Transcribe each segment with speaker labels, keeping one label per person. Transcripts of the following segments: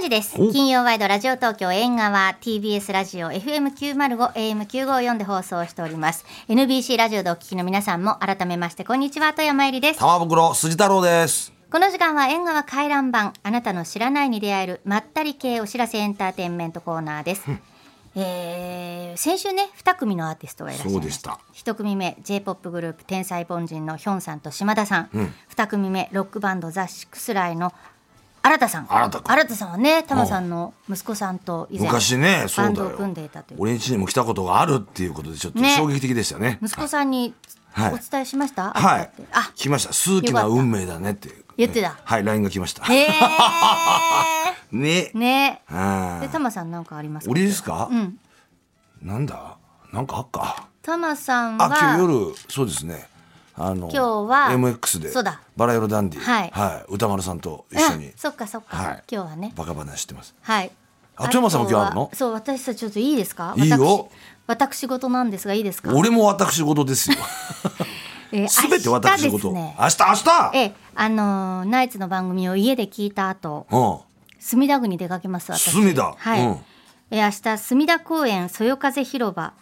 Speaker 1: 時です
Speaker 2: お
Speaker 1: 金曜ワイドラジオ東京縁側 TBS ラジオ FM905 AM954 で放送しております NBC ラジオでお聞きの皆さんも改めましてこんにちは富山えりです
Speaker 2: 玉袋筋太郎です。
Speaker 1: この時間は縁側回覧版あなたの知らないに出会えるまったり系お知らせエンターテインメントコーナーです、えー先週ね2組のアーティストがいらっしゃいま
Speaker 2: そうでした
Speaker 1: 1組目 j p o p グループ天才凡人のヒョンさんと島田さん、2組目ロックバンドザ・シックスライの新田さん
Speaker 2: 新田君
Speaker 1: さんはねタマさんの息子さんと以前
Speaker 2: 昔ね、そう
Speaker 1: バ
Speaker 2: だ
Speaker 1: ン
Speaker 2: よ。
Speaker 1: ドを組んでいたという
Speaker 2: 俺ん家にも来たことがあるっていうことでちょっと
Speaker 1: ね
Speaker 2: 衝撃的でしたね。
Speaker 1: 息子さんに
Speaker 2: はい
Speaker 1: お伝えしました、
Speaker 2: は
Speaker 1: あった
Speaker 2: い
Speaker 1: って。あ
Speaker 2: 来ました。数奇な運命だねって。
Speaker 1: 言ってた
Speaker 2: はい、ラインが来ました。
Speaker 1: へ
Speaker 2: ね
Speaker 1: え。ね
Speaker 2: あ
Speaker 1: でタマさんなんかありますか
Speaker 2: 俺ですか
Speaker 1: う？ん
Speaker 2: なんだ？なんかあっか。
Speaker 1: タマさんは
Speaker 2: あ、今日夜そうですね。あ
Speaker 1: 今
Speaker 2: の
Speaker 1: 日は
Speaker 2: MX で
Speaker 1: そうだ
Speaker 2: バラ色ダンディ
Speaker 1: はい
Speaker 2: 歌丸さんと一緒に
Speaker 1: あそっかそっか、
Speaker 2: はい
Speaker 1: 今日はね
Speaker 2: バカ話してます。
Speaker 1: はい
Speaker 2: あ富山さんも今日あるの
Speaker 1: とはそう私さちょっといいですか
Speaker 2: いいよ
Speaker 1: 私私事なんですがいいですか
Speaker 2: 俺も私事 ですよ。
Speaker 1: えー
Speaker 2: すべて私
Speaker 1: 明日です
Speaker 2: 事。明
Speaker 1: ね
Speaker 2: 日明日。
Speaker 1: ええあのーナイツの番組を家で聞いた後
Speaker 2: うん。
Speaker 1: 墨田区に出かけます私
Speaker 2: 墨田
Speaker 1: はい、
Speaker 2: うん
Speaker 1: えー明日墨田公園そよ風広場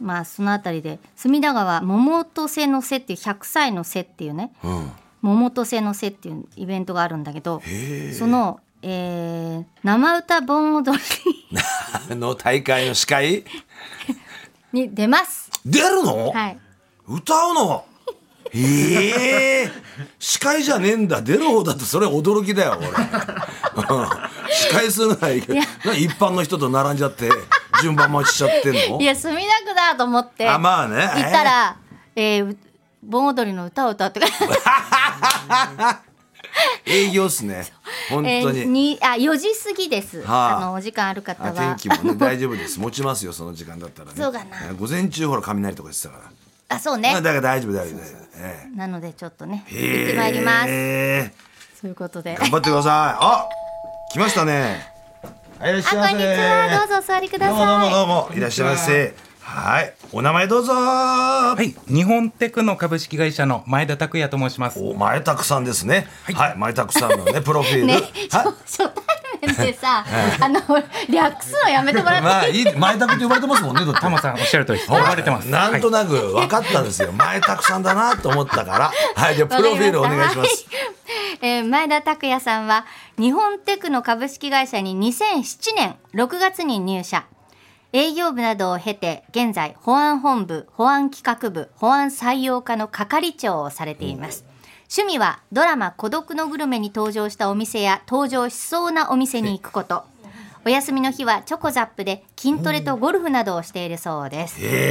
Speaker 1: まあそのあたりで墨田川桃と瀬の瀬っていう100歳の瀬っていうね
Speaker 2: うん。
Speaker 1: 桃と瀬の瀬っていうイベントがあるんだけどその、えー生歌盆踊
Speaker 2: あの大会の司会
Speaker 1: りに出ます
Speaker 2: 出るの、
Speaker 1: はい
Speaker 2: 歌うのええ司会じゃねえんだ出る方だとそれ驚きだよ俺うん司会するのはいいけど
Speaker 1: いや
Speaker 2: なんで一般の人と並んじゃって順番待ちしちゃってんの
Speaker 1: いや墨田区だと思って
Speaker 2: あまあね
Speaker 1: 行ったら、えー盆踊りの歌を歌うとか
Speaker 2: 営業っすね本当
Speaker 1: えー
Speaker 2: に、
Speaker 1: にあ4時過ぎです、
Speaker 2: はあ
Speaker 1: あのお時間ある方
Speaker 2: あ
Speaker 1: は
Speaker 2: 天気もね大丈夫です持ちますよその時間だったらね
Speaker 1: そうかな
Speaker 2: 午前中ほら雷とか言ってたから
Speaker 1: あそう
Speaker 2: ま
Speaker 1: ね
Speaker 2: あだから大丈夫大丈夫大丈夫え
Speaker 1: なのでちょっとね
Speaker 2: え
Speaker 1: 行ってまいります
Speaker 2: ええ
Speaker 1: ということであ
Speaker 2: 頑張ってください。あ、来ましたね。はい、いらっし
Speaker 1: こ
Speaker 2: ゃ
Speaker 1: ん
Speaker 2: いませ。
Speaker 1: にちはどうぞお座りくだ
Speaker 2: どうもどうも
Speaker 1: さい
Speaker 2: どうも、いらっしゃいませ。はい、お名前どうぞ。
Speaker 3: はい、日本テクノ株式会社の前田拓也と申します。
Speaker 2: お前たくさんですね。はい、前たくさんのね、プロフィール。
Speaker 1: ね
Speaker 2: はい、
Speaker 1: 初初対面で さあの略すのやめてもらって
Speaker 2: まあ、いい、前たくって呼ばれてますもんね、だって
Speaker 3: タモさんおっしゃる通り、呼ばれてます。
Speaker 2: なんと
Speaker 3: は
Speaker 2: なく分かったんですよ。前たくさんだなと思ったから。はい、じゃあ、プロフィールお願いします。
Speaker 1: えー前田拓也さんは日本テクノ株式会社に2007年6月に入社営業部などを経て現在保安本部保安企画部保安採用課の係長をされています趣味はドラマ「孤独のグルメ」に登場したお店や登場しそうなお店に行くことお休みの日はチョコザップで筋トレとゴルフなどをしているそうです
Speaker 2: え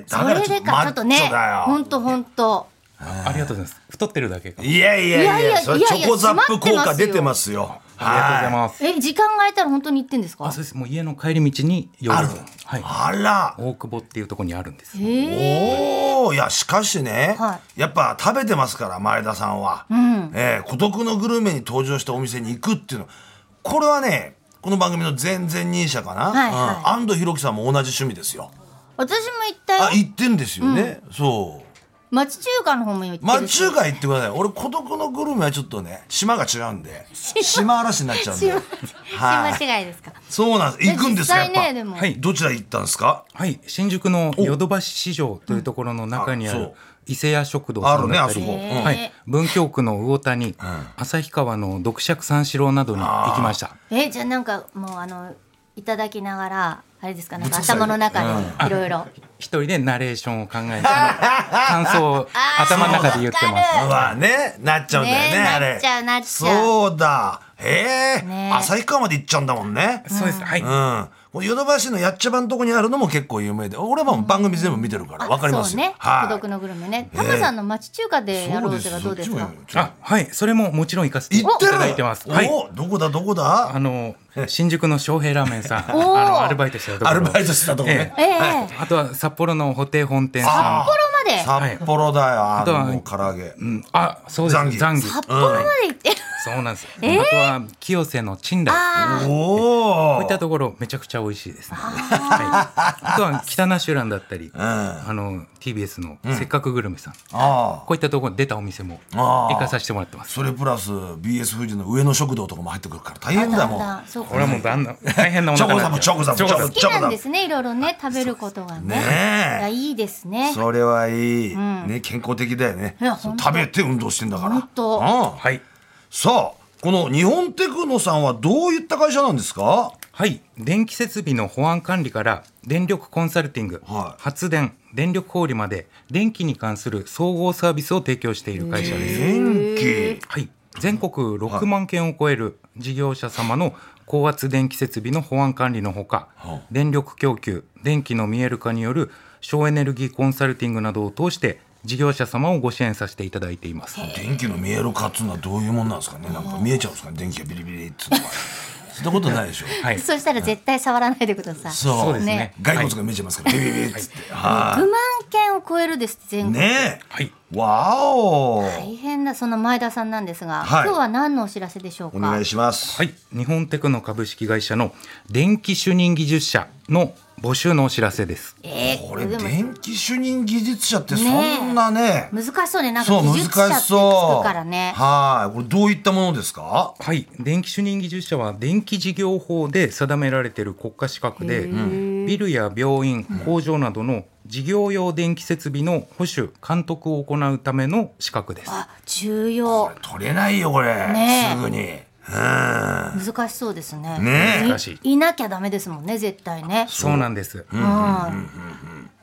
Speaker 2: えだ
Speaker 1: そ
Speaker 2: から
Speaker 1: れ
Speaker 2: ちょ
Speaker 1: で
Speaker 2: っと
Speaker 1: か
Speaker 2: マ
Speaker 1: ちょ
Speaker 2: ッ
Speaker 1: っ
Speaker 2: チ
Speaker 1: と
Speaker 2: ョ
Speaker 1: ね
Speaker 2: だ
Speaker 1: ほん
Speaker 2: よ。
Speaker 1: とほんと
Speaker 3: いありがとうございます。太ってるだけか。あり
Speaker 2: いやいやいや
Speaker 1: いやいや
Speaker 2: それ
Speaker 1: いや
Speaker 2: チ
Speaker 1: いや
Speaker 2: ョコザップ効
Speaker 1: 詰まってま
Speaker 2: 果
Speaker 1: すよ
Speaker 2: 出てますよ。
Speaker 3: がとうござい
Speaker 2: は
Speaker 3: ます。
Speaker 1: え時間が空いたら本当に行ってんですか
Speaker 3: あ、そうです。もう家の帰り道に夜
Speaker 2: ある
Speaker 3: はい、
Speaker 2: い。あら。
Speaker 3: 大久保っていうところにあるんです。
Speaker 1: えー
Speaker 2: おおいやしかしね、
Speaker 1: は
Speaker 2: やっぱ食べてますから前田さんは、えー孤独のグルメに登場したお店に行くっていうのこれはねこの番組の前々任者か
Speaker 1: は
Speaker 2: な、
Speaker 1: いはい
Speaker 2: うん安藤弘樹さんも同じ趣味ですよ
Speaker 1: 私も行ったよ
Speaker 2: あ行ってんですよね、そう
Speaker 1: 町中華の方も行ってるし
Speaker 2: まあ中華行ってください俺孤独のグルメはちょっとね島が違う んで島嵐になっちゃうんで
Speaker 1: 島
Speaker 2: はい
Speaker 1: 間違いですか
Speaker 2: そうなんです行くんですか
Speaker 1: え
Speaker 2: やっ
Speaker 1: 実
Speaker 2: ぱ、
Speaker 1: 際ねでも、
Speaker 3: はい
Speaker 2: どちら行ったんですか
Speaker 3: はい、新宿のヨドバシ市場というところの中にあ
Speaker 2: うんあ
Speaker 3: る
Speaker 2: そう
Speaker 3: 伊勢屋食堂さんだったり、
Speaker 2: あるねあそ
Speaker 1: こうん
Speaker 3: はい、文京区の魚谷、旭川の読釈三四郎などに行きました。
Speaker 1: えじゃあなんかもうあのいただきながらあれですかなんか頭の中でいろいろ
Speaker 3: 一人でナレーションを考えて、あの感想を頭の中で言ってます。
Speaker 2: まあね、なっちゃうんだよね、
Speaker 1: ね
Speaker 2: あれ。
Speaker 1: なっちゃうなっちゃう
Speaker 2: そうだ。へえ、
Speaker 1: ね
Speaker 2: 旭川まで行っちゃうんだもんね。
Speaker 3: そうです。はい。
Speaker 2: うん。このヨドバシのやっちゃばんとこにあるのも結構有名で、俺はもう番組全部見てるから、わかりますよ。
Speaker 1: そうね、孤独
Speaker 2: は
Speaker 1: のグルメねタマさんの町中華
Speaker 2: い。
Speaker 1: でやろうぜはどうです
Speaker 2: そ
Speaker 1: か
Speaker 2: っちも
Speaker 3: あ、はい、それももちろん行かせてい
Speaker 2: 行ってる
Speaker 3: ただいてます。はい。
Speaker 2: おどこだ、どこ
Speaker 3: あ
Speaker 2: だ
Speaker 3: の新宿の翔平ラーメンさん、あ
Speaker 1: おー
Speaker 3: のアルバイトしてたとこ
Speaker 2: ア
Speaker 3: ろ。
Speaker 2: ルバイトしてたとこね。
Speaker 1: ええ
Speaker 3: あとは札幌のホテイ本店さ
Speaker 2: あ
Speaker 3: ん。
Speaker 1: 札幌まで
Speaker 2: 札幌だよ、あ
Speaker 3: とは
Speaker 2: の、唐揚げ。
Speaker 3: うん、あ、そうです。
Speaker 2: ザンギ
Speaker 3: ザンギ。
Speaker 1: 札幌まで行ってる、
Speaker 3: そうなんです。あとは清瀬の陳来。
Speaker 1: あ
Speaker 2: お
Speaker 3: こうい
Speaker 2: お
Speaker 3: ったところめちゃくちゃ美味しいですね。はい、あとは北ナシュランだったり、あの TBS のせっかくグルメさん、
Speaker 2: ああ
Speaker 3: こういったところに出たお店も
Speaker 2: あー
Speaker 3: 行かさせてもらってます。
Speaker 2: それプラス BS 富士の上野食堂とかも入ってくるから大変だもん
Speaker 1: あそうか
Speaker 3: これはもうだんだん大変なお
Speaker 2: チ
Speaker 3: 腹
Speaker 2: ョコ
Speaker 3: に
Speaker 2: ザ
Speaker 3: なっち
Speaker 2: ム
Speaker 3: ゃう
Speaker 2: チョコザムチ
Speaker 1: 好き
Speaker 2: ョコザムチョコ
Speaker 1: な
Speaker 2: ザ
Speaker 1: ん
Speaker 2: ム
Speaker 1: ですねいろいろね食べることがねいや
Speaker 2: ねえ
Speaker 1: いいですね
Speaker 2: それはいいね健康的だよね
Speaker 1: いや
Speaker 2: そ
Speaker 1: ほ
Speaker 2: うん
Speaker 1: と
Speaker 2: 食べて運動してんだから
Speaker 1: ほんと
Speaker 2: ああ
Speaker 3: はい。
Speaker 2: さあこの日本テクノさんはどういった会社なんですか
Speaker 3: はい、電気設備の保安管理から電力コンサルティング、
Speaker 2: はい
Speaker 3: 発電電力小売まで電気に関する総合サービスを提供している会社です、
Speaker 2: 電気
Speaker 3: はい、全国6万件を超える事業者様の高圧電気設備の保安管理のほか、
Speaker 2: はあ
Speaker 3: 電力供給電気の見える化による省エネルギーコンサルティングなどを通して事業者様をご支援させていただいています
Speaker 2: 電気の見える化っつうのはどういうもんなんですかねなんか見えちゃうんですかね電気がビリビリっつうのはそんなことないでしょ
Speaker 3: はい
Speaker 1: そしたら絶対触らないでください
Speaker 2: そう
Speaker 3: そうですね
Speaker 1: ね
Speaker 2: 骸骨が見えちゃいますからビリビリっつっては
Speaker 1: 9万件を超えるですって全
Speaker 2: い
Speaker 1: 国、
Speaker 2: ね
Speaker 3: はい
Speaker 2: えわお
Speaker 1: 大変だその前田さんなんですが、
Speaker 2: はい
Speaker 1: 今日は何のお知らせでしょう
Speaker 2: お
Speaker 1: か
Speaker 2: 願いします
Speaker 3: はい、日本テクノ株式会社の電気主任技術者の募集のお知らせです。
Speaker 1: えー
Speaker 2: これ
Speaker 1: でも
Speaker 2: 電気主任技術者って
Speaker 1: ね
Speaker 2: そ
Speaker 1: え
Speaker 2: んなね
Speaker 1: 難しそうねなんか
Speaker 2: そう
Speaker 1: 技
Speaker 2: 難
Speaker 1: 術者って
Speaker 2: し
Speaker 1: つく
Speaker 2: そう
Speaker 1: からね
Speaker 2: はいこれどういったものですか
Speaker 3: はい、電気主任技術者は電気事業法で定められている国家資格で、ビルや病院、工場などの事業用電気設備の保守監督を行うための資格です。
Speaker 1: あ重要
Speaker 2: 取れないよこれ
Speaker 1: ねえ
Speaker 2: すぐに
Speaker 1: 難しそうですね
Speaker 2: ね
Speaker 3: え難し
Speaker 1: いいなきゃダメですもんね絶対ね
Speaker 3: そうなんです。
Speaker 1: はい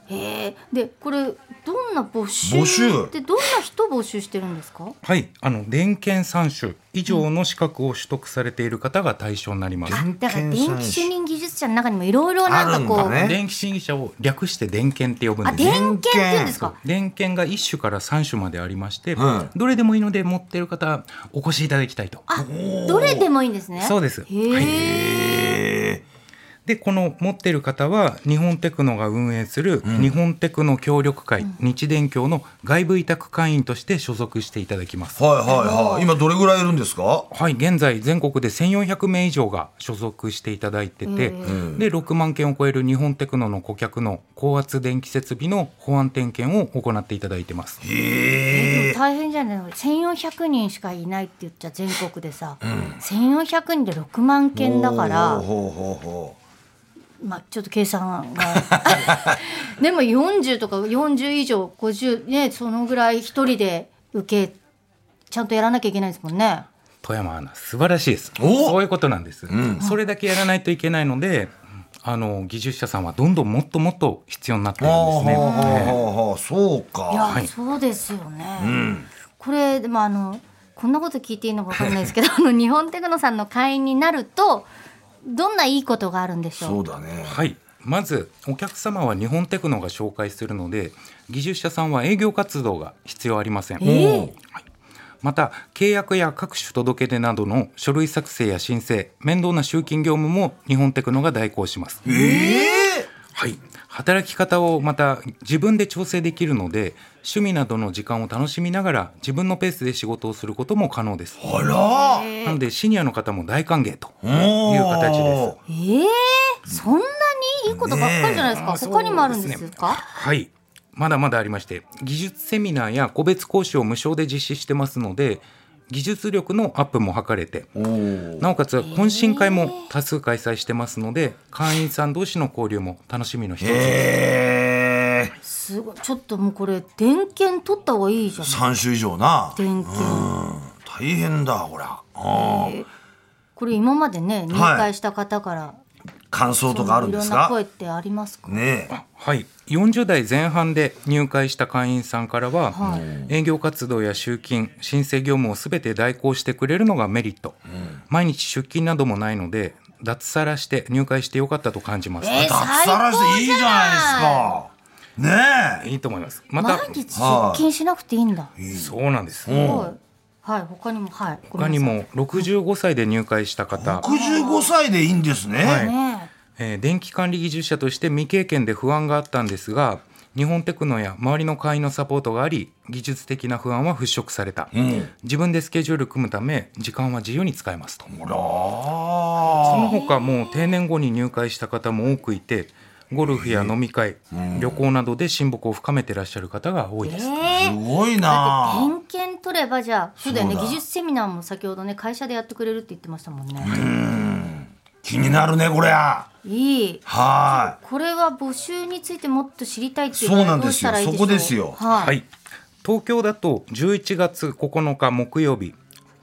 Speaker 1: えーでこれどんな募集
Speaker 2: 募集
Speaker 1: ってどんな人募集してるんですか
Speaker 3: はい、あの電検三種以上の資格を取得されている方が対象になります。
Speaker 1: だから
Speaker 2: 検
Speaker 1: 電
Speaker 2: 査
Speaker 1: 気主任技術者の中にもいろいろなんかこ
Speaker 2: ある
Speaker 1: うん
Speaker 2: だね
Speaker 3: 電気主任技術者を略して電検って呼ぶん
Speaker 1: あ
Speaker 3: ですね。
Speaker 1: 電検って言うんですか
Speaker 3: 電検が1種から3種までありまして、
Speaker 2: うん
Speaker 3: どれでもいいので持っている方お越しいただきたいと
Speaker 1: あどれでもいいんですね
Speaker 3: そうです
Speaker 1: へー
Speaker 2: え
Speaker 3: でこの持っている方は日本テクノが運営する日本テクノ協力会、日電協の外部委託会員として所属していただきます
Speaker 2: ー、はいはいはい今どれぐらいいるんですか
Speaker 3: はい現在全国で1400名以上が所属していただいてて、で6万件を超える日本テクノの顧客の高圧電気設備の保安点検を行っていただいてます
Speaker 1: で
Speaker 2: へ
Speaker 1: も
Speaker 2: え
Speaker 1: 大変じゃないの1400人しかいないって言っちゃ全国でさ、1400人で6万件だから
Speaker 2: ほうほうほ
Speaker 1: まあちょっと計算 がでも40とか40以上50ねそのぐらい一人で受けちゃんとやらなきゃいけないですもんね。
Speaker 3: 富山アナ素晴らしいです
Speaker 2: お
Speaker 3: そういうことなんです、それだけやらないといけないのであの技術者さんはどんどんもっともっと必要になって
Speaker 2: う
Speaker 3: るんです
Speaker 2: ほう
Speaker 3: ね
Speaker 2: ほう
Speaker 3: ね
Speaker 2: ほうほうそう
Speaker 1: いや、
Speaker 2: か
Speaker 1: そうですよね。これでもあのこんなこと聞いていいのかわかんないです けどあの日本テクノさんの会員になるとどんないいことがあるんでしょ
Speaker 2: そううだね
Speaker 3: はいまずお客様は日本テクノが紹介するので技術者さんは営業活動が必要ありません、
Speaker 1: えー
Speaker 3: また契約や各種届出などの書類作成や申請面倒な集金業務も日本テクノが代行します
Speaker 2: ええ
Speaker 3: はい、働き方をまた自分で調整できるので趣味などの時間を楽しみながら自分のペースで仕事をすることも可能です
Speaker 2: あら
Speaker 3: なのでシニアの方も大歓迎と
Speaker 2: お
Speaker 3: いう形です
Speaker 2: お
Speaker 1: ええそんなにいいことばっかりじゃないですか、
Speaker 3: ねえ
Speaker 1: 他にもあるんで
Speaker 3: そう
Speaker 1: す
Speaker 3: です
Speaker 1: か
Speaker 3: はいまだまだありまして技術セミナーや個別講師を無償で実施してますので技術力のアップも図れて
Speaker 2: お
Speaker 3: なおかつ懇親会も多数開催してますので会員さん同士の交流も楽しみの一つです
Speaker 2: ええ
Speaker 1: すごいちょっともうこれ電源取った方がいいじゃん
Speaker 2: 三種以上な
Speaker 1: 電源
Speaker 2: 大変だほらあー
Speaker 1: これ今までね入
Speaker 2: は
Speaker 1: 会
Speaker 2: い
Speaker 1: した方から、
Speaker 2: 感想
Speaker 1: そ
Speaker 2: と
Speaker 1: の
Speaker 2: かあるん
Speaker 1: い
Speaker 2: で
Speaker 1: ろん
Speaker 2: す
Speaker 1: な
Speaker 2: か
Speaker 1: 声ってありますか、
Speaker 2: ねえ
Speaker 3: はい、40代前半で入会した会員さんからは、
Speaker 1: はい
Speaker 3: 営業活動や集金申請業務を全て代行してくれるのがメリット、毎日出勤などもないので脱サラして入会してよかったと感じます、
Speaker 1: え
Speaker 2: 脱サラしていいじゃないですかね
Speaker 3: いいと思いますまた
Speaker 1: 毎日出勤しなくていいんだ、
Speaker 2: えいい
Speaker 3: そうなんです
Speaker 1: すごいはい他にもはいごめ
Speaker 3: 他
Speaker 1: んな
Speaker 3: に
Speaker 1: さい
Speaker 3: も65歳で入会した方、
Speaker 2: 65歳でいいんですね、
Speaker 3: はい
Speaker 1: ね
Speaker 3: えー電気管理技術者として未経験で不安があったんですが日本テクノや周りの会員のサポートがあり技術的な不安は払拭された、
Speaker 2: ん
Speaker 3: 自分でスケジュール組むため時間は自由に使えますとその
Speaker 2: あ
Speaker 3: 他もう定年後に入会した方も多くいてゴルフや飲み会、旅行などで親睦を深めてらっしゃる方が多いです、
Speaker 1: え
Speaker 2: らすごい
Speaker 1: だって
Speaker 2: な
Speaker 1: 点検取ればじゃあそうだよね
Speaker 2: そうだ
Speaker 1: 技術セミナーも先ほどね会社でやってくれるって言ってましたもんね、
Speaker 2: 気になるねこりゃ
Speaker 1: いい
Speaker 2: は
Speaker 1: これは募集についてもっと知りたいっていう
Speaker 2: そう
Speaker 1: 場
Speaker 2: な
Speaker 1: 合
Speaker 2: ん
Speaker 1: ど
Speaker 2: で
Speaker 1: うし
Speaker 2: すよ
Speaker 1: たらいいでしょう
Speaker 2: そこですよ
Speaker 1: はい、
Speaker 3: はい、東京だと11月9日木曜日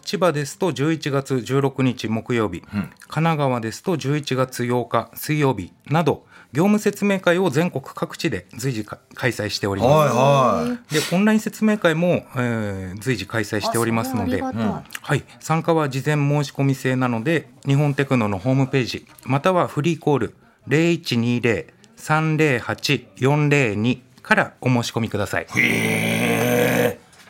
Speaker 3: 千葉ですと11月16日木曜日、神奈川ですと11月8日水曜日など業務説明会を全国各地で随時か開催してお
Speaker 2: い
Speaker 3: りま
Speaker 2: はいはい
Speaker 3: すでオンライン説明会も、えー随時開催しておりますの
Speaker 1: あそ
Speaker 3: で
Speaker 1: れはありがたい
Speaker 3: はい、参加は事前申し込み制なので日本テクノのホームページまたはフリーコール0120-308-402からお申し込みください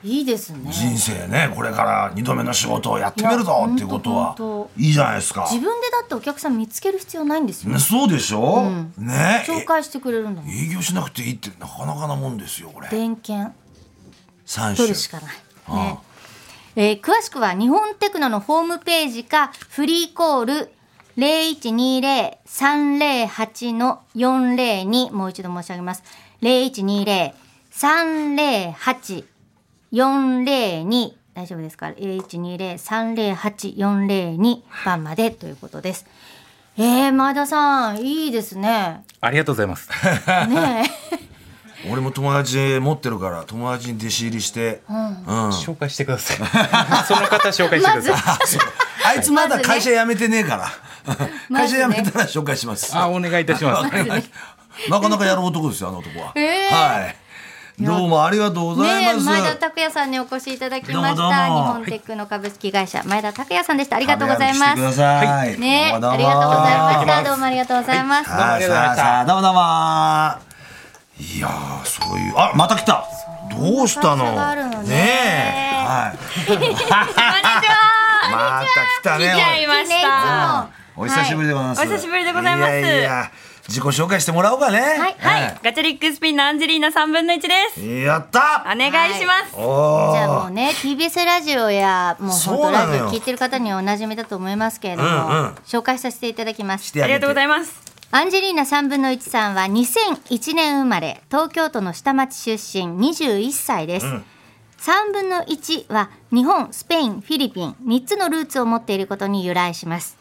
Speaker 1: いいですね
Speaker 2: 人生ねこれから二度目の仕事をやってみる
Speaker 1: い
Speaker 2: ぞ
Speaker 1: や
Speaker 2: っていうこと
Speaker 1: ほんとほ
Speaker 2: は
Speaker 1: んと
Speaker 2: いいじゃないですか
Speaker 1: 自分でだってお客さん見つける必要ないんですよ
Speaker 2: ねそうでしょね
Speaker 1: 紹介してくれるんだもん
Speaker 2: 営業しなくていいってなかなかなもんですよこれ
Speaker 1: 点検
Speaker 2: 三
Speaker 1: 取
Speaker 2: 種
Speaker 1: るしかない、ねえー詳しくは日本テクノのホームページかフリーコール0120-308の402もう一度申し上げます0120-308 402大丈夫ですか0120-308-402番までということですえー、前田さんいいですね
Speaker 3: ありがとうございます。
Speaker 1: ねえ
Speaker 2: 俺も友達持ってるから友達に弟子入りして、うん
Speaker 3: 紹介してください。 その方紹介してください。
Speaker 2: あいつまだ会社辞めてね えから、
Speaker 1: ま
Speaker 2: 会
Speaker 1: ず
Speaker 2: 社
Speaker 1: ね
Speaker 2: 辞めたら紹介します、
Speaker 3: あ、お願いいたします。
Speaker 2: なかなかやる男ですよあの男は、
Speaker 1: えー
Speaker 2: はいどうもありがとうござい
Speaker 1: ねえ
Speaker 2: ます、
Speaker 1: 前田拓也さんにお越しいただきました
Speaker 2: どうもどうも
Speaker 1: 日本テックの株式会社前田拓也さんでしたありがとうござい
Speaker 2: 食べ歩きして
Speaker 1: ま
Speaker 2: くだ
Speaker 1: す
Speaker 2: さい
Speaker 1: ねえあり
Speaker 2: ど
Speaker 1: が
Speaker 2: う
Speaker 1: とうご
Speaker 2: もどう
Speaker 1: ざいましたどう
Speaker 2: も
Speaker 3: 行きます
Speaker 1: もありがとうございます、
Speaker 2: はい
Speaker 3: どうもあり
Speaker 2: さ
Speaker 3: がとうございました
Speaker 2: あさあどうもどうもいやーそういうあまた来たどうしたの
Speaker 1: 会社があるのね
Speaker 2: え はい また来たね
Speaker 4: 来ちゃいまし
Speaker 1: は
Speaker 4: た。
Speaker 2: お久しぶりでございます、
Speaker 4: はいお久しぶりでございます
Speaker 2: いやいや自己紹介してもらおうかね
Speaker 1: い
Speaker 4: はい、ガチャリックスピンのアンジェリーナ三分の一です。
Speaker 2: やった
Speaker 4: お願いします。
Speaker 2: おー
Speaker 1: じゃあもうね TBS ラジオやもう本
Speaker 2: そ
Speaker 1: 当
Speaker 2: うなの
Speaker 1: ラ
Speaker 2: よ
Speaker 1: ジオ聞いてる方にはおなじみだと思いますけれども、
Speaker 2: うんうん
Speaker 1: 紹介させていただきま
Speaker 2: し
Speaker 1: す
Speaker 2: て
Speaker 4: あ
Speaker 2: あ
Speaker 4: り
Speaker 2: げ
Speaker 4: がとうござ
Speaker 2: て
Speaker 4: います。
Speaker 1: アンジェリーナ3分の1さんは2001年生まれ東京都の下町出身21歳です、3分の1は日本スペインフィリピン3つのルーツを持っていることに由来します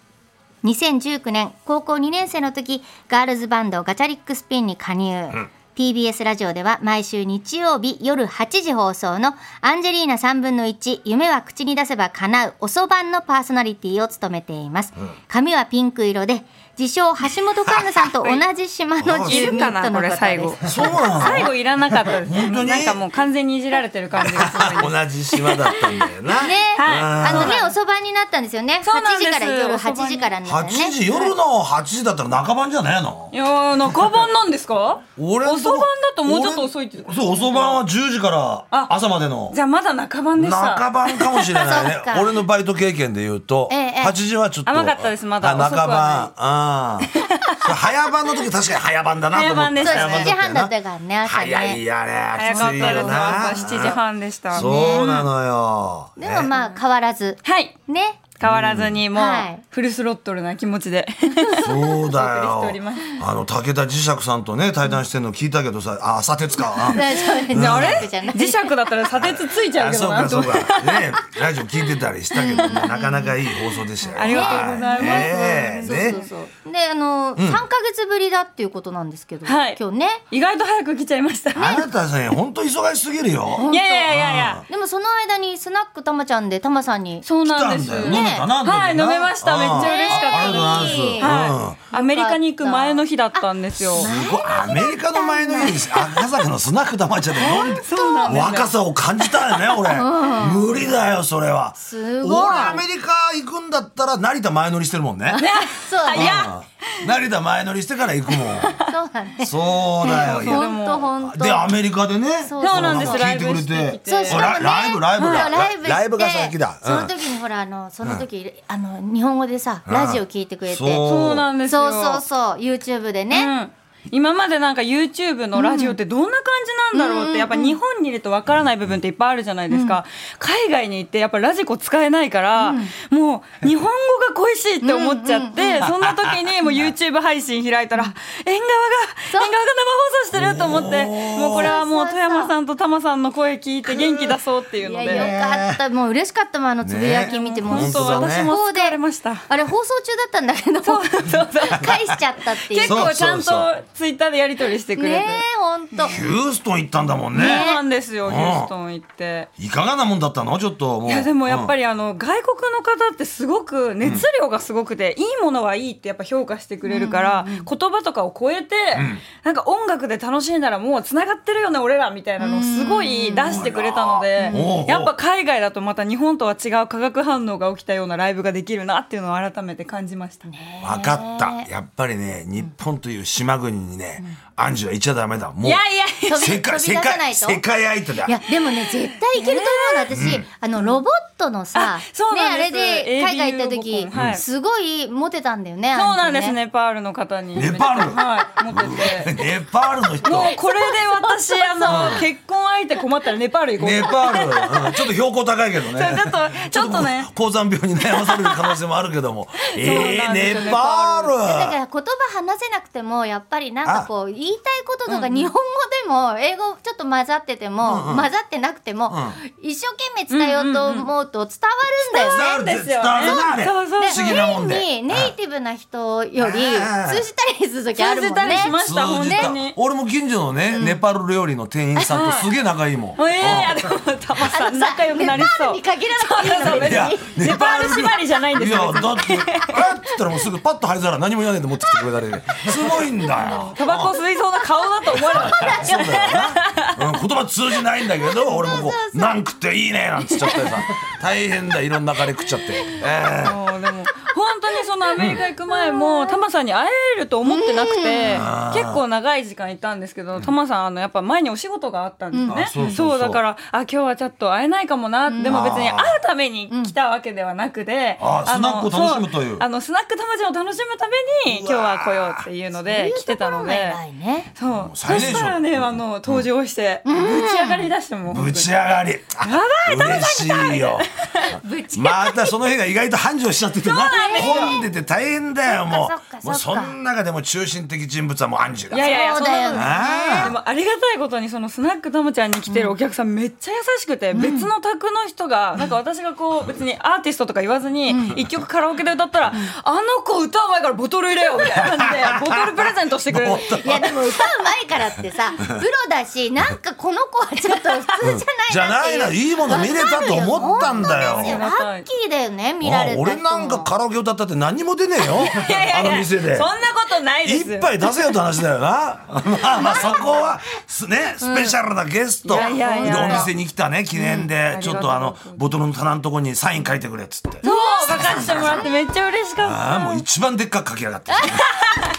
Speaker 1: 2019年高校2年生の時ガールズバンドガチャリックスピンに加入、TBS ラジオでは毎週日曜日夜8時放送の「アンジェリーナ3分の1夢は口に出せば叶うおそばん」のパーソナリティを務めています、髪はピンク色で自称橋本環奈さんと同じ島の
Speaker 4: い
Speaker 1: 住
Speaker 4: る
Speaker 1: 民
Speaker 4: か
Speaker 1: と
Speaker 4: な
Speaker 1: の
Speaker 4: こ
Speaker 1: こと
Speaker 4: れ
Speaker 1: です
Speaker 4: 最
Speaker 2: そ
Speaker 4: 後。
Speaker 2: うな
Speaker 4: 最後いらなかったです。
Speaker 2: 本当に
Speaker 4: なんかもう完全にいじられてる感じが すごいです。
Speaker 2: の同じ島だったんだよな
Speaker 1: ね、
Speaker 4: は
Speaker 1: あのねおそばになったんですよね
Speaker 4: そうなん
Speaker 1: 8
Speaker 4: で
Speaker 1: 時
Speaker 4: す
Speaker 1: から夜
Speaker 4: お蕎
Speaker 1: 8
Speaker 4: 麦に
Speaker 1: 時からになったん
Speaker 2: 8
Speaker 1: ですね
Speaker 2: 時夜の8時だったら中盤じゃないの？
Speaker 4: いやー、中盤なんですか
Speaker 2: 俺のとこ
Speaker 4: 遅番だともうちょっと遅いってこと
Speaker 2: 俺そう遅番は10時から
Speaker 4: あ
Speaker 2: 朝までの
Speaker 4: じゃあまだ中盤でした。
Speaker 2: 中盤かもしれない
Speaker 1: そ
Speaker 2: ね
Speaker 1: っか
Speaker 2: 俺のバイト経験で言うと、
Speaker 1: ええええ
Speaker 2: 8時はちょっと
Speaker 4: 甘かったですまだ
Speaker 2: あ中
Speaker 4: 遅く
Speaker 2: 盤
Speaker 4: は
Speaker 2: ああ早番の時確かに早番だなと思って
Speaker 4: 早番でしたね
Speaker 1: そう7時半だったからね朝ね
Speaker 2: 早いあれ
Speaker 4: 早かったです。朝
Speaker 2: きつい
Speaker 4: 七
Speaker 2: よ
Speaker 4: 時半でした。は
Speaker 2: そうなのよ
Speaker 1: でもまあ変わらず
Speaker 4: い。
Speaker 1: ね
Speaker 4: 変わらずにもう
Speaker 1: はい
Speaker 4: フルスロットルな気持ちで。
Speaker 2: そうだ
Speaker 4: お送り
Speaker 2: よ
Speaker 4: しております
Speaker 2: あの武田磁石さんとね対談してるの聞いたけど さあ朝鉄かあ
Speaker 4: あれ
Speaker 1: じゃない
Speaker 4: 磁石だったら砂鉄ついちゃう
Speaker 2: あ
Speaker 4: け
Speaker 2: そう
Speaker 4: ど
Speaker 2: か
Speaker 4: なと
Speaker 2: そう
Speaker 4: 思って。
Speaker 2: かねラジオ聞いてたりしたけど、 ね、なかなかいい放送でしたよ
Speaker 4: ありがとうございます
Speaker 2: ね
Speaker 1: そう
Speaker 2: ね
Speaker 1: そうそう。で、あの、三、ヶ月ぶりだっていうことなんですけど、
Speaker 4: はい
Speaker 1: 今日ね。
Speaker 4: 意外と早く来ちゃいました。
Speaker 2: あなたね、本当忙しすぎるよ。
Speaker 4: いやいやいやいや。
Speaker 1: でもその間にスナックたまちゃんでたまさんに。
Speaker 4: そう
Speaker 2: 来
Speaker 4: な
Speaker 2: た
Speaker 4: んで
Speaker 2: ん
Speaker 4: す。
Speaker 2: だよ。
Speaker 1: ね
Speaker 2: 飲めたな。
Speaker 4: はい
Speaker 2: だってな
Speaker 4: 飲めましためっちゃ嬉しかった
Speaker 2: ありがとうございま
Speaker 4: は
Speaker 2: す。
Speaker 4: い、アメリカに行く前の日だったんですよ。
Speaker 2: うん。すごいアメリカの前の日に赤坂のスナック玉ちゃんで飲んで
Speaker 4: そうなんですよ
Speaker 2: 若さを感じたよね俺無理だよそれは
Speaker 1: すごい
Speaker 2: 俺アメリカ行くんだったら成田前乗りしてるもんね
Speaker 1: そう、
Speaker 4: いや
Speaker 2: うん成田前乗りしてから行 くもん
Speaker 1: そうだね。
Speaker 2: そうだよいや
Speaker 1: 本当本当。
Speaker 2: でアメリカでね
Speaker 1: そう
Speaker 4: そうなんです。
Speaker 2: 聞
Speaker 4: ラ
Speaker 2: い
Speaker 4: イ
Speaker 2: て
Speaker 4: ブ
Speaker 2: くれ
Speaker 4: して
Speaker 2: て
Speaker 4: きて。
Speaker 1: そうしかもね
Speaker 2: あライブライブだ
Speaker 1: そうライブして
Speaker 2: ライブが先だうん
Speaker 1: その時にほらあのその時、あの日本語でさラジオ聞いてくれて。
Speaker 2: そう
Speaker 4: そうなんですよ。
Speaker 1: そうそうそう YouTube でね、
Speaker 4: うん今までなんか YouTube のラジオってどんな感じなんだろうってやっぱ日本にいるとわからない部分っていっぱいあるじゃないですか、海外に行ってやっぱラジコ使えないから、もう日本語が恋しいって思っちゃって、そんな時にもう YouTube 配信開いたら縁側が縁側が生放送してると思ってもうこれはもう
Speaker 1: そうそうそう
Speaker 4: 富山さんと玉さんの声聞いて元気出そうっていう
Speaker 1: い
Speaker 4: の
Speaker 1: や
Speaker 4: で。
Speaker 1: よかったもう嬉しかったもんあのつぶやき見てもう
Speaker 2: ね
Speaker 4: 本当
Speaker 2: 本当だね
Speaker 4: 私も
Speaker 1: そう
Speaker 4: 救われました。
Speaker 1: あれ放送中だったんだけど返しちゃったっていう
Speaker 4: 結
Speaker 1: ね
Speaker 4: 構ちゃん
Speaker 2: そうそう
Speaker 4: とツイッターでやり取りしてくれて。
Speaker 1: え本当
Speaker 2: ヒューストン行ったんだもんね
Speaker 4: そうなんですよ、
Speaker 2: うん
Speaker 4: ヒューストン行って。
Speaker 2: いかがなもんだったのちょっともう
Speaker 4: い
Speaker 2: い
Speaker 4: やでもやっぱ
Speaker 2: り、
Speaker 4: りあの外国の方ってすごく熱量がすごくて、いいものはいいってやっぱ評価してくれるから、言葉とかを超えて、なんか音楽で楽しんだらもうつながってるよね俺らみたいなのをすごい出してくれたので、
Speaker 2: うん
Speaker 4: やっぱ海外だとまた日本とは違う化学反応が起きたようなライブができるなっていうのを改めて感じましたね。
Speaker 2: うん分かったやっぱりね日本という島国にね、アンジュは行っちゃダメだもう
Speaker 4: いやいやいや
Speaker 1: 飛び飛
Speaker 2: 世界
Speaker 1: び出
Speaker 2: 世
Speaker 1: さな
Speaker 2: 界
Speaker 1: いと
Speaker 2: 世界相手だ
Speaker 1: いやでもね絶対いけると思うの私、あのロボットのさ
Speaker 4: あそう
Speaker 1: ね
Speaker 4: な
Speaker 1: あ
Speaker 4: んで
Speaker 1: れ
Speaker 4: す
Speaker 1: で海外行った
Speaker 4: ABU
Speaker 1: 時、
Speaker 4: ロボコンはい
Speaker 1: すごいモテたんだよね
Speaker 4: そうなんで
Speaker 1: あ
Speaker 4: す
Speaker 1: の人
Speaker 4: ネパールの方に
Speaker 2: ネパール
Speaker 4: はい持っ てて。
Speaker 2: ネパールの人
Speaker 4: もうこれで私あの結婚相手困ったらネパール行こう。
Speaker 2: ネパール、うんちょっと標高高いけどね
Speaker 4: そ れちょっとちょっとね。
Speaker 2: 高山病に悩まされる可能性もあるけ どもえ
Speaker 4: な
Speaker 2: ー、
Speaker 4: んで
Speaker 2: ネ
Speaker 4: す
Speaker 2: パ
Speaker 4: よ
Speaker 1: だから
Speaker 2: ール
Speaker 1: 言葉話せなくてもやっぱりなんかこう言いたいこととか日本語でも英語ちょっと混ざってても、混ざってなくても、一生懸命伝えようと思うと伝わるんだよね、
Speaker 2: 伝わる
Speaker 4: ですよね
Speaker 2: 伝わるなあれ
Speaker 4: そうそう
Speaker 2: 不思議なもんで
Speaker 1: 変にネイティブな人より
Speaker 2: あー
Speaker 1: 通じたりする時あるもん
Speaker 4: 通じたり
Speaker 1: ね
Speaker 4: しました
Speaker 2: 通じた
Speaker 4: 本当に
Speaker 2: 俺も近所のね、ネパール料理の店員さんとすげえ仲いいもん、
Speaker 4: え えでもたまさん仲良くなりそう。
Speaker 1: ネパールに限らなくていいの
Speaker 4: そうそう
Speaker 1: に
Speaker 4: 別
Speaker 2: いや
Speaker 4: にネパール縛りじゃないんです
Speaker 2: い
Speaker 4: よ。
Speaker 2: やだって「えっ?」って言ったらもうすぐパッと灰皿何も言わねえで持ってきてくれたりねすごいんだよ
Speaker 4: タバコ吸いそうな顔だと思わなかった。
Speaker 2: そうだよな、うん、言葉通じないんだけど俺もこう「なん食っていいね」なんつっちゃったりさ大変だいろんなカレー食っちゃって、えー
Speaker 4: もうでも本当にそのアメリカ行く前もタマさんに会えると思ってなくて結構長い時間いたんですけどタマさんあのやっぱ前にお仕事があったんです
Speaker 2: うんあ
Speaker 4: ね
Speaker 2: そうそうそう
Speaker 4: そうだからあ今日はちょっと会えないかもなでも別に会うために来たわけではなくて
Speaker 2: あー
Speaker 4: あの
Speaker 2: スナックを楽しむという
Speaker 4: そあのスナックタマちゃんを楽しむために今日は来ようっていうので来てたので
Speaker 1: 偉いね
Speaker 4: そうそ
Speaker 2: 最年少
Speaker 4: したらねあの登場してぶち上がりだしてもう本当
Speaker 2: ぶ
Speaker 4: に
Speaker 2: ち上がり嬉しいよ
Speaker 1: ぶち
Speaker 2: またその日が意外と繁盛しちゃっててな混んでて大変だよも
Speaker 1: そっかそっ
Speaker 2: う
Speaker 1: か
Speaker 2: もうその中でも中心的人物はもうアンジュ
Speaker 4: いや
Speaker 2: だ
Speaker 4: いやいや
Speaker 1: そうだよ
Speaker 4: そん
Speaker 1: ね
Speaker 4: な
Speaker 2: あ
Speaker 4: でもありがたいことにそのスナックたまちゃんに来てるお客さんめっちゃ優しくて別の宅の人がなんか私がこう別にアーティストとか言わずに一曲カラオケで歌ったらあの子歌う前からボトル入れよみたいな感じでボトルプレゼントしてくれ る
Speaker 1: いやでも歌う前からってさプロだしなんかこの子はちょっと普通
Speaker 2: じ
Speaker 1: じ
Speaker 2: ゃ
Speaker 1: ゃ
Speaker 2: な
Speaker 1: ないい
Speaker 2: な
Speaker 1: なっていう
Speaker 2: いいもの見れたと思ったんだよ
Speaker 1: わかるよ
Speaker 4: 本当ですよ
Speaker 1: ラッキーだよね見られた
Speaker 2: あ
Speaker 1: 人も
Speaker 2: 俺なんかカラオケ歌ったって何も出ねえよ
Speaker 4: いやいやい
Speaker 2: あ
Speaker 4: や
Speaker 2: の店で
Speaker 4: そんなことないです
Speaker 2: 一杯出せよって話だよな まあまあそこはすねスペシャルなゲスト
Speaker 4: い
Speaker 2: で
Speaker 4: やいやいや
Speaker 2: お店に来たね記念で
Speaker 4: うん
Speaker 2: ちょっとあの
Speaker 4: ありがとう
Speaker 2: ボトルの棚のとこにサイン書いてくれっつって
Speaker 4: そう書かせてもらってめっちゃ嬉し
Speaker 2: ああ
Speaker 4: か
Speaker 2: も
Speaker 4: っ
Speaker 2: う一番でっかく書きやが って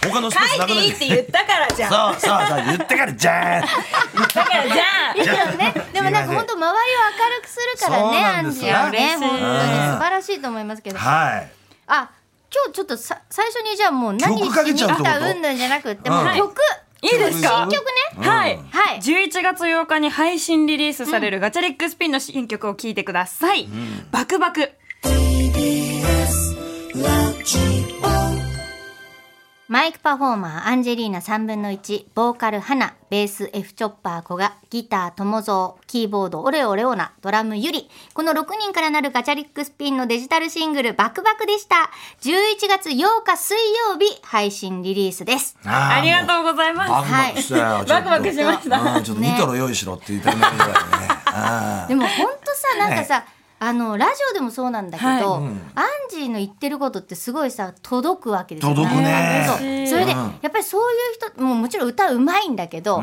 Speaker 2: 他のスペース
Speaker 4: た
Speaker 2: な
Speaker 4: 書
Speaker 2: く
Speaker 4: い
Speaker 2: な
Speaker 4: ていいって言ったからじゃんだ
Speaker 2: そうそうそう言ってからじゃん
Speaker 4: からじ ゃん
Speaker 1: いやね、でもなんか本当周りを明るくするから
Speaker 2: そう
Speaker 1: ね、
Speaker 2: な
Speaker 1: ア
Speaker 2: んで
Speaker 1: ン
Speaker 2: す
Speaker 1: ジ
Speaker 2: よ
Speaker 1: ーはね、
Speaker 4: 嬉し
Speaker 1: 本
Speaker 4: い
Speaker 1: 当に素晴らしいと思いますけど。あ、
Speaker 2: はい
Speaker 1: 今日ちょっとさ最初にじゃあもう何
Speaker 2: 曲かけちゃうってこと
Speaker 1: 見たうんぬんじゃなくって、もう
Speaker 2: はい
Speaker 1: 曲、
Speaker 4: いいですか
Speaker 1: 新曲ね。
Speaker 4: はい、
Speaker 1: はい
Speaker 4: 11月8日に配信リリースされるガチャリックスピンの新曲を聴いてください、バクバク
Speaker 1: マイクパフォーマーアンジェリーナ3分の1、ボーカル花、ベース F チョッパー古賀、ギター友蔵、キーボードオレオレオナ、ドラムゆり。この6人からなるガチャリックスピンのデジタルシングルバクバクでした。11月8日水曜日配信リリースです。
Speaker 2: あ
Speaker 4: ありが
Speaker 2: う
Speaker 4: とうござい
Speaker 2: バ
Speaker 4: ま
Speaker 2: ク
Speaker 4: す
Speaker 2: バクしたよ、
Speaker 4: いバクバクしました
Speaker 2: うんちょっとニトロ用意しろって言ってもらえるぐ らいねあ
Speaker 1: でも本当さなんかさあのラジオでもそうなんだけど、
Speaker 4: はい
Speaker 1: アンジーの言ってることってすごいさ届くわけですよ
Speaker 2: 届くね
Speaker 1: そう
Speaker 4: 嬉しい
Speaker 1: それで、
Speaker 2: うん
Speaker 1: やっぱりそういう人もうもちろん歌うまいんだけど、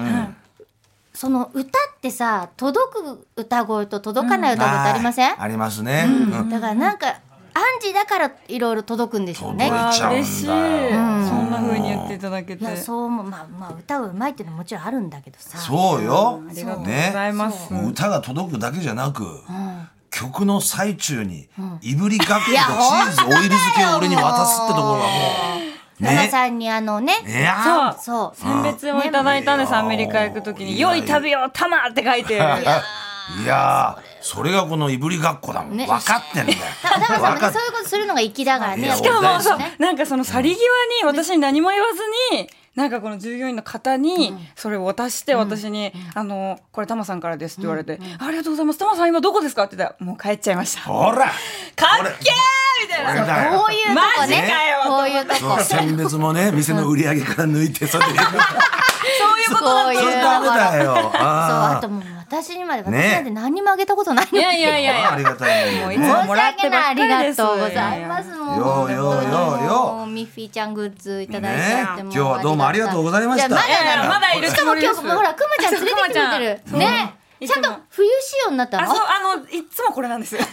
Speaker 1: その歌ってさ届く歌声と届かない歌声ってありません、
Speaker 2: ありますね、うん
Speaker 1: だからなんかアンジーだからいろいろ届くんでしょうね。
Speaker 2: 届いちゃうんだよ
Speaker 4: わあ嬉しい、そんな風に言っていただけ
Speaker 1: い
Speaker 4: て
Speaker 1: やそうもまあまあ歌うまいっていうのはもちろんあるんだけどさ。
Speaker 2: そうよ
Speaker 4: ありがとうございます、
Speaker 2: もう歌が届くだけじゃなく、曲の最中にいぶりがっことチーズオイル漬けを俺に渡すってところがもう
Speaker 1: 佐野さんにあのね
Speaker 2: いや
Speaker 4: そ
Speaker 1: そ
Speaker 4: う
Speaker 1: う
Speaker 4: 選別をいただいたんです、アメリカ行くときに「良い旅を玉!」って書いて
Speaker 2: ーいやーそれがこのいぶりがっこだもん、
Speaker 1: ね
Speaker 2: 分かってんだよ
Speaker 1: ただからさん
Speaker 2: 分
Speaker 1: も
Speaker 2: か
Speaker 1: ね
Speaker 2: っ
Speaker 1: そういうことするのが粋だから
Speaker 2: い
Speaker 1: ね
Speaker 2: や
Speaker 4: しかもそう
Speaker 1: ね
Speaker 4: なんかその去り際に私に何も言わずになんかこの従業員の方にそれを渡して私に「あのこれタマさんからです」って言われて「ありがとうございますタマさん今どこですか?」って言ったら「もう帰っちゃいました」かっ
Speaker 2: ほら
Speaker 4: けーみた
Speaker 2: こ
Speaker 4: いな
Speaker 2: れだよ
Speaker 1: こういうとこ
Speaker 4: マジ
Speaker 1: ね
Speaker 4: かよ
Speaker 1: こういうとこ
Speaker 2: そう選別もね店の売り上げから抜いてそれで
Speaker 4: そういうこと
Speaker 1: こう
Speaker 4: だ
Speaker 1: い
Speaker 4: っ
Speaker 1: う
Speaker 4: た
Speaker 1: と
Speaker 2: そ
Speaker 1: こ
Speaker 2: れダメだよ
Speaker 1: そうあ
Speaker 2: あ
Speaker 1: ともう私にまで私
Speaker 2: ね
Speaker 1: なんて何にもあげたことないの
Speaker 4: い
Speaker 1: に
Speaker 4: やいやい
Speaker 2: ーあー
Speaker 4: や
Speaker 2: あ
Speaker 4: い
Speaker 2: り
Speaker 4: や
Speaker 2: がたいね
Speaker 4: もういつ
Speaker 1: 申
Speaker 4: も
Speaker 1: し
Speaker 4: もらっ
Speaker 1: 訳ない
Speaker 4: てば
Speaker 1: あ
Speaker 4: っ
Speaker 1: り
Speaker 4: かり
Speaker 1: が
Speaker 4: です
Speaker 1: とうございますもう
Speaker 2: ようようようよ
Speaker 1: もうミッフィーちゃんグッズいただいちゃって、
Speaker 2: ね
Speaker 1: も
Speaker 2: 今日はどうもありがとうございました
Speaker 1: やま
Speaker 4: いやい
Speaker 1: だ
Speaker 4: や
Speaker 1: だ
Speaker 4: まだいる
Speaker 1: しかも今日もほらくまちゃん連れてきてくれてるね
Speaker 4: うん
Speaker 1: ちゃんと冬仕様になった
Speaker 4: あ
Speaker 1: のあ
Speaker 4: そう
Speaker 1: そ
Speaker 4: あのいつもこれなんです
Speaker 1: うな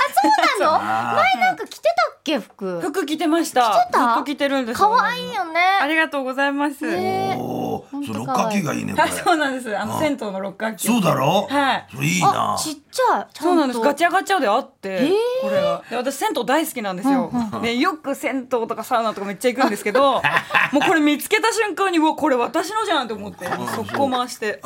Speaker 1: の
Speaker 2: あ
Speaker 1: 前なんか着てたっけ服
Speaker 4: 服着てました
Speaker 1: 着てた
Speaker 4: ずっと着てるんです
Speaker 1: 可愛いよ
Speaker 4: あ
Speaker 1: ね
Speaker 4: りがとうございます
Speaker 1: ね
Speaker 2: おー
Speaker 1: ほんと
Speaker 2: そう六
Speaker 1: 可
Speaker 2: 角
Speaker 1: 愛い
Speaker 2: 形がいいねこ
Speaker 4: あ
Speaker 2: れ
Speaker 4: そうなんですあの銭湯の六角形
Speaker 2: そうだろ
Speaker 4: はい
Speaker 2: それいいな
Speaker 1: あちっちゃいちゃんと
Speaker 4: そうなんですガチャガチャであって、
Speaker 1: ー
Speaker 4: これがで私銭湯大好きなんですよ、でよく銭湯とかサウナとかめっちゃ行くんです けどもうこれ見つけた瞬間にうわこれ私のじゃんって思って速攻回 して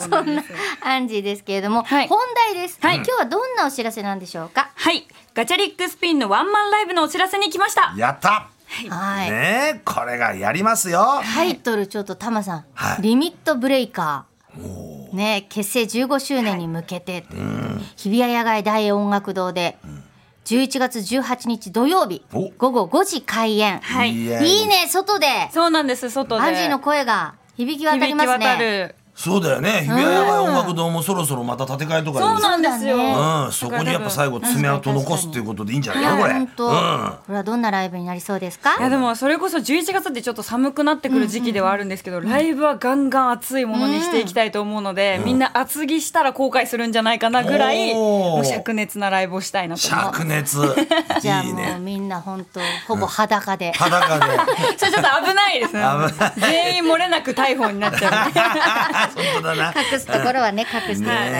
Speaker 1: そんなアンジーですけれども、
Speaker 4: はい
Speaker 1: 本題です、今日はどんなお知らせなんでしょうか、
Speaker 4: はいガチャリックスピンのワンマンライブのお知らせに来ました
Speaker 2: やった
Speaker 1: はい、
Speaker 2: ねえこれがやりますよ
Speaker 1: タイトルちょっとタマさん、
Speaker 2: はい
Speaker 1: リミットブレイカー。ね、結成15周年に向けてって、日比谷野外大音楽堂で、11月18日土曜日
Speaker 2: お
Speaker 1: 午後5時開演、
Speaker 4: はい
Speaker 2: いや
Speaker 1: いいね外で
Speaker 4: そうなんです外で
Speaker 1: アンジーの声が響き渡り
Speaker 4: 響
Speaker 1: ま
Speaker 4: き
Speaker 1: す
Speaker 4: 渡
Speaker 1: ね
Speaker 4: る
Speaker 2: そうだよね日比谷野外音楽堂もそろそろまた建て替えとか
Speaker 4: そうなんですよ、
Speaker 1: そうだ
Speaker 2: うん、そこにやっぱ最後爪痕残すっていうことでいいんじゃない
Speaker 1: いや
Speaker 2: かこれ。
Speaker 1: 本当、
Speaker 2: うん。
Speaker 1: これはどんなライブになりそうです
Speaker 4: いや
Speaker 1: か
Speaker 4: でもそれこそ11月ってちょっと寒くなってくる時期ではあるんですけど、ライブはガンガン熱いものにしていきたいと思うので、みんな厚着したら後悔するんじゃないかなぐら
Speaker 2: お
Speaker 4: い
Speaker 2: ー
Speaker 4: もう灼熱なライブをしたいなと思って
Speaker 2: 灼熱。
Speaker 1: じゃあ
Speaker 2: いい
Speaker 1: もう
Speaker 2: ね。
Speaker 1: みんな本当ほぼ裸で、
Speaker 2: 裸で。
Speaker 4: それちょっと危ないですね全員漏れなく逮捕になっち ゃう
Speaker 2: 本当だな。
Speaker 1: 隠すところはね隠していただいて、
Speaker 2: ね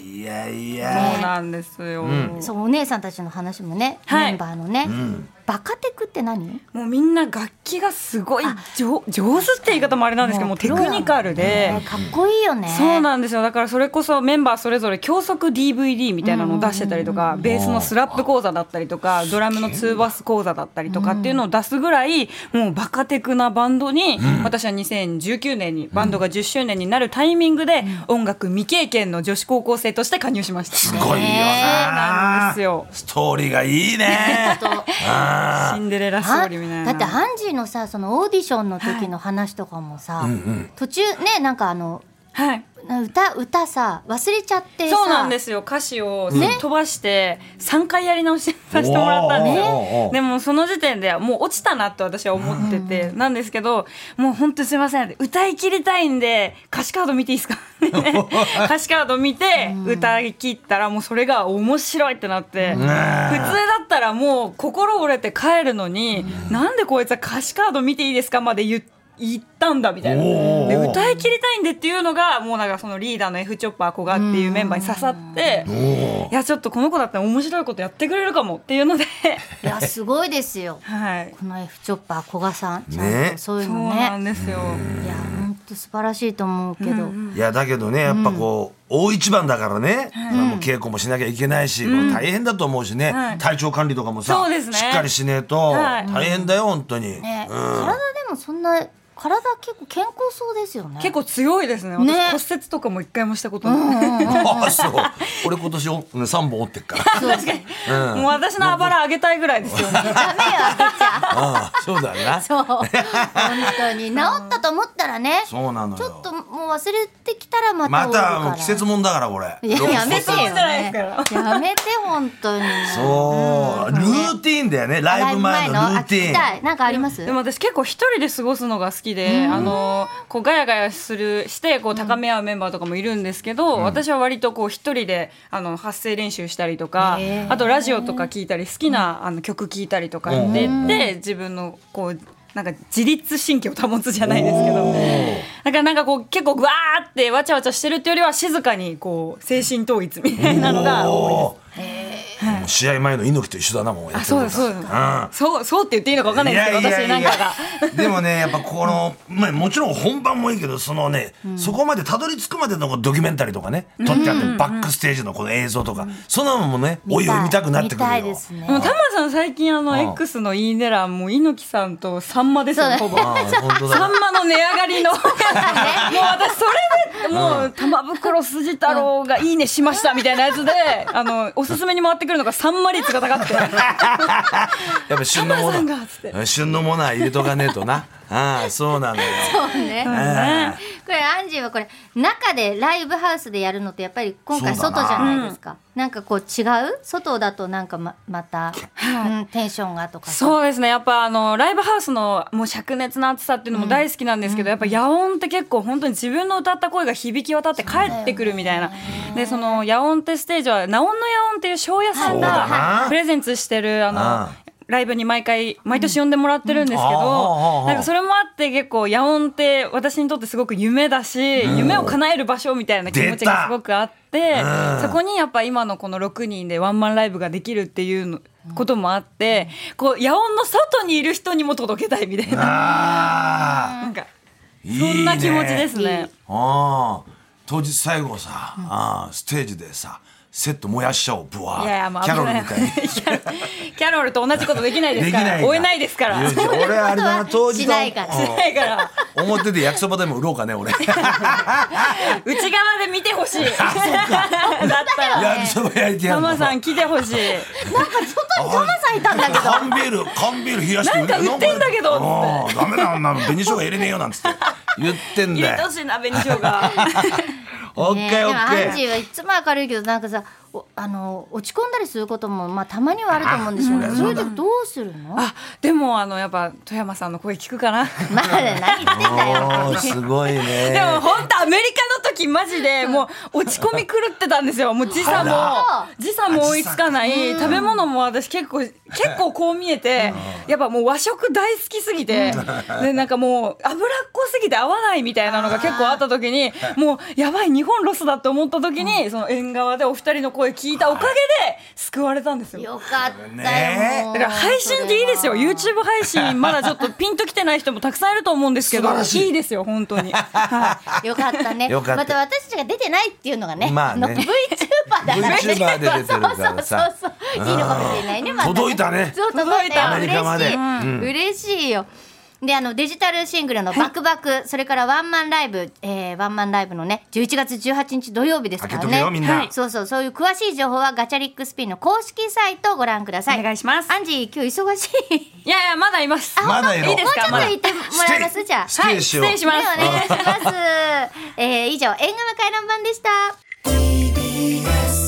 Speaker 2: え。いやい
Speaker 4: そう
Speaker 2: や。
Speaker 4: なんですよ、
Speaker 1: そうお姉さんたちの話もね、
Speaker 4: は
Speaker 1: メ
Speaker 4: い
Speaker 1: ンバーのね、バカテクって何
Speaker 4: もうみんな楽器がすごい上上手って言い方もあれなんですけどもうテクニカルで、
Speaker 1: えかっこいいよね
Speaker 4: そうなんですよだからそれこそメンバーそれぞれ教則 DVD みたいなのを出してたりとかベースのスラップ講座だったりとかドラムのツーバス講座だったりとかっていうのを出すぐらいもうバカテクなバンドに私は2019年にバンドが10周年になるタイミングで音楽未経験の女子高校生として加入しました。
Speaker 2: すごいよ
Speaker 4: なん
Speaker 2: な
Speaker 4: です。よ
Speaker 2: ストーリーがいいね。
Speaker 1: ちょっと
Speaker 4: シンデレラストーリーみたい
Speaker 1: あだ
Speaker 4: な。
Speaker 1: ってハンジーのさそのオーディションの時の話とかもさ、途中ねなんかあの
Speaker 4: はい
Speaker 1: 歌歌さ忘れちゃってさ
Speaker 4: そうなんですよ歌詞を飛ばして3回やり直しさせてもらったんです
Speaker 2: おーおーおーお
Speaker 4: よ
Speaker 2: ー
Speaker 4: でもその時点ではもう落ちたなと私は思っててなんですけどもう本当すいません歌い切りたいんで歌詞カード見ていいですか 歌詞カード見て歌い切ったらもうそれが面白いってなって普通だったらもう心折れて帰るのになんでこいつは歌詞カード見ていいですかまで言って。言ったんだみたいな
Speaker 2: おー
Speaker 4: で歌い切りたいんでっていうのがもうなんかそのリーダーの F チョッパー古賀っていうメンバーに刺さっていやちょっとこの子だったら面白いことやってくれるかもっていうの で
Speaker 1: いやすごいですよ
Speaker 4: はい
Speaker 1: この F チョッパー古賀さんちゃん
Speaker 2: ね
Speaker 1: とそういう
Speaker 4: そう
Speaker 1: の
Speaker 4: な
Speaker 1: ね
Speaker 4: んですよ
Speaker 1: いや本当素晴らしいと思うけど、
Speaker 2: いやだけどねやっぱこう大一番だからね。まあもう稽古もしなきゃいけないし、これ大変だと思うし
Speaker 4: は
Speaker 2: ね。
Speaker 4: い
Speaker 2: 体調管理とかもさ
Speaker 4: そうで
Speaker 2: し
Speaker 4: すね
Speaker 2: っかりしねえと
Speaker 4: はい
Speaker 2: 大変だよ本当に。
Speaker 1: ね、
Speaker 2: うん
Speaker 1: 体でもそんな体結構健康そうですよね
Speaker 4: 結構強いですね私
Speaker 1: ね
Speaker 4: 骨折とかも一回もしたことない、
Speaker 2: あ そう俺今年お三本折ってっから
Speaker 1: 確かに
Speaker 2: うん
Speaker 4: もう私のあばら上げたいぐらいですよね
Speaker 1: ダメよあげちゃ
Speaker 2: ああそうだな
Speaker 1: そう本当に治ったと思ったらねちょ
Speaker 2: そうなのよ
Speaker 1: っともう忘れてきたらまた
Speaker 2: ま
Speaker 1: 折るから
Speaker 2: たもう季節もんだからこれ
Speaker 1: いややめてよ、
Speaker 4: そうじゃない
Speaker 1: ね
Speaker 4: で、
Speaker 1: やめて本当に
Speaker 2: そうルーティーンだよねライブ前のルーティ
Speaker 1: あ聞きた
Speaker 2: ーン
Speaker 1: いなんかあります
Speaker 4: でも私結構一人で過ごすのが好きで、あのこうガヤガヤするしてこう高め合うメンバーとかもいるんですけど、私は割とこう一人であの発声練習したりとか、
Speaker 1: へー
Speaker 4: あとラジオとか聞いたり好きな、あの曲聞いたりとかで、
Speaker 2: うん
Speaker 4: で自分のこうなんか自律神経を保つじゃないですけど
Speaker 2: おー
Speaker 4: だからなんかこう結構わーってわちゃわちゃしてるっていうよりは静かにこう精神統一みたいなのが多い
Speaker 2: おーもう試合前の猪木と一緒だなもうや
Speaker 4: あ
Speaker 2: ってる
Speaker 4: そ
Speaker 2: こ
Speaker 4: う
Speaker 2: と
Speaker 4: ですそうです
Speaker 2: ん
Speaker 4: そうそうって言っていいのかわかんないですけど
Speaker 2: いやいやいや
Speaker 4: 私なんかが
Speaker 2: でもねやっぱこの、まあ、もちろん本番もいいけどそのね、そこまでたどり着くまでのドキュメンタリーとかね撮ってあって、バックステージのこの映像とか、そんなのもねおいおい見たくなってく
Speaker 1: 見たい
Speaker 2: る
Speaker 1: で
Speaker 2: よ。
Speaker 1: すね
Speaker 4: もうタマさん最近あ
Speaker 2: あ
Speaker 4: の X のいいね欄もう猪木さんとさんまですよね
Speaker 1: そう
Speaker 4: ほぼ。
Speaker 2: ああ本当
Speaker 4: さ
Speaker 2: だ
Speaker 4: んまの値上 がりのもう私それでもう玉袋筋太郎が「いいね」しましたみたいなやつであのおすすめに回ってくるのがさんま率が高くて
Speaker 2: やっぱ旬のも
Speaker 4: タマさんがっつって
Speaker 2: の旬のものは入れとかねえとなああそうなのよ
Speaker 1: そうね
Speaker 2: ああ
Speaker 1: これアンジーはこれ中でライブハウスでやるのとやっぱり今回
Speaker 2: そうだ
Speaker 1: 外
Speaker 2: な
Speaker 1: じゃないですかなんかこう違う外だとなんかままた、うん、テンションがとかさ
Speaker 4: そうですねやっぱあのライブハウスのもう灼熱の暑さっていうのも大好きなんですけど、やっぱ野音って結構本当に自分の歌った声が響き渡って帰ってくるみたいな、でその野音ってステージは「ナオンの野音」っていう庄屋さん
Speaker 2: そうだな
Speaker 4: がプレゼンツしてるあの
Speaker 2: ああ
Speaker 4: ライブに毎回毎年呼んでもらってるんですけ
Speaker 2: うんああああ
Speaker 4: どなんかそれもあって結構野音って私にとってすごく夢だし、夢を叶える場所みたいな気持ちがすごくあって。
Speaker 2: うん
Speaker 4: そこにやっぱ今のこの6人でワンマンライブができるっていうのこともあって、こう野音の外にいる人にも届けたいみたいな
Speaker 2: ああ
Speaker 4: なんか
Speaker 2: いい
Speaker 4: そ
Speaker 2: ね
Speaker 4: んな気持ちですね。
Speaker 2: ああ当日最後さ、ああステージでさセット燃やしちゃおうブワー
Speaker 4: いやいやもう
Speaker 2: キ
Speaker 4: 危
Speaker 2: ャロ
Speaker 4: な
Speaker 2: ル
Speaker 4: い
Speaker 2: みたいに
Speaker 4: キャロキャロルと同じことできないです
Speaker 2: でき
Speaker 4: か
Speaker 2: ない
Speaker 4: ら追えないですから
Speaker 2: や
Speaker 4: し
Speaker 2: 俺あれ だな当時
Speaker 1: しないから
Speaker 4: ないから
Speaker 2: 表で焼きそばでも売ろうか ね俺
Speaker 4: 内側で見てほしいだったら
Speaker 2: 焼きそば焼いてや
Speaker 4: マ
Speaker 2: るの
Speaker 4: マさん来てほしい
Speaker 1: 外にトマさんいたんだけど
Speaker 2: 缶ビール缶ビール冷やして
Speaker 4: なんか売ってんだけど
Speaker 2: なんかああダメだあんなの紅生姜入れねえよなんつって言ってん
Speaker 4: 入れ
Speaker 2: だ
Speaker 4: て
Speaker 2: よ
Speaker 4: ほしいな紅しょうが
Speaker 2: オッ
Speaker 1: ね
Speaker 2: ケ
Speaker 1: で
Speaker 2: ー
Speaker 1: も
Speaker 2: オ
Speaker 1: ア
Speaker 2: ッ
Speaker 1: ンジ
Speaker 2: ケー
Speaker 1: ーはいつも明るいけどなんかさおあの落ち込んだりすることも、まあ、たまにはあると思うんですよねそういう時どうするのまあ
Speaker 4: あでもあのやっぱ富山さんの声聞くかな
Speaker 1: 何言ってんだよ
Speaker 2: おーすごいね
Speaker 4: でも本当アメリカの時マジでもう落ち込み狂ってたんですよもう時差
Speaker 1: あ
Speaker 4: も時差も追いつかない食べ物も私結構結構こう見えてやっぱもう和食大好きすぎてでなんかもう脂っこすぎて合わないみたいなのが結構あった時にもうやばい日本ロスだって思った時にその縁側でお二人の声聞いたおかげで救われたんですよ。
Speaker 1: よかったよ、
Speaker 2: ね
Speaker 1: もう
Speaker 4: だから配信でいいですよ
Speaker 1: それは
Speaker 4: YouTube 配信まだちょっとピンときてない人もたくさんいると思うんですけ
Speaker 2: 素
Speaker 4: ど
Speaker 2: 晴らしい
Speaker 4: いいですよ本当に。
Speaker 1: よかったね。
Speaker 2: よかった
Speaker 1: また私たちが出てないっていうのがね。
Speaker 2: まあね
Speaker 1: の VTuber だからね。
Speaker 2: VTuber で出てるか
Speaker 1: そう
Speaker 2: らさ
Speaker 1: そうそうそう。いいのかもしれないね。ま
Speaker 2: 届いたね
Speaker 1: そう届いたよ。
Speaker 2: アメリカまで
Speaker 1: 嬉しい嬉しいよ。であのデジタルシングルの「バックバック」それからワンマンライブ、えーワンマンライブのね11月18日土曜日ですから
Speaker 2: 開けとけ
Speaker 1: ね
Speaker 2: よみんな
Speaker 1: はいそうそうそういう詳しい情報はガチャリックスピンの公式サイトをご覧ください
Speaker 4: お願いします
Speaker 1: アンジー今日忙しい
Speaker 4: いやいや、まだいます。
Speaker 2: まだいる
Speaker 4: いいですか、
Speaker 1: も
Speaker 4: ま
Speaker 1: う
Speaker 4: だ。
Speaker 1: ちょっ
Speaker 4: はい、
Speaker 1: と行ってもらえますじゃあ
Speaker 2: 失礼し
Speaker 4: 失
Speaker 2: よう
Speaker 4: 礼します。
Speaker 1: お願いします。えー、以上、縁側回覧版でした。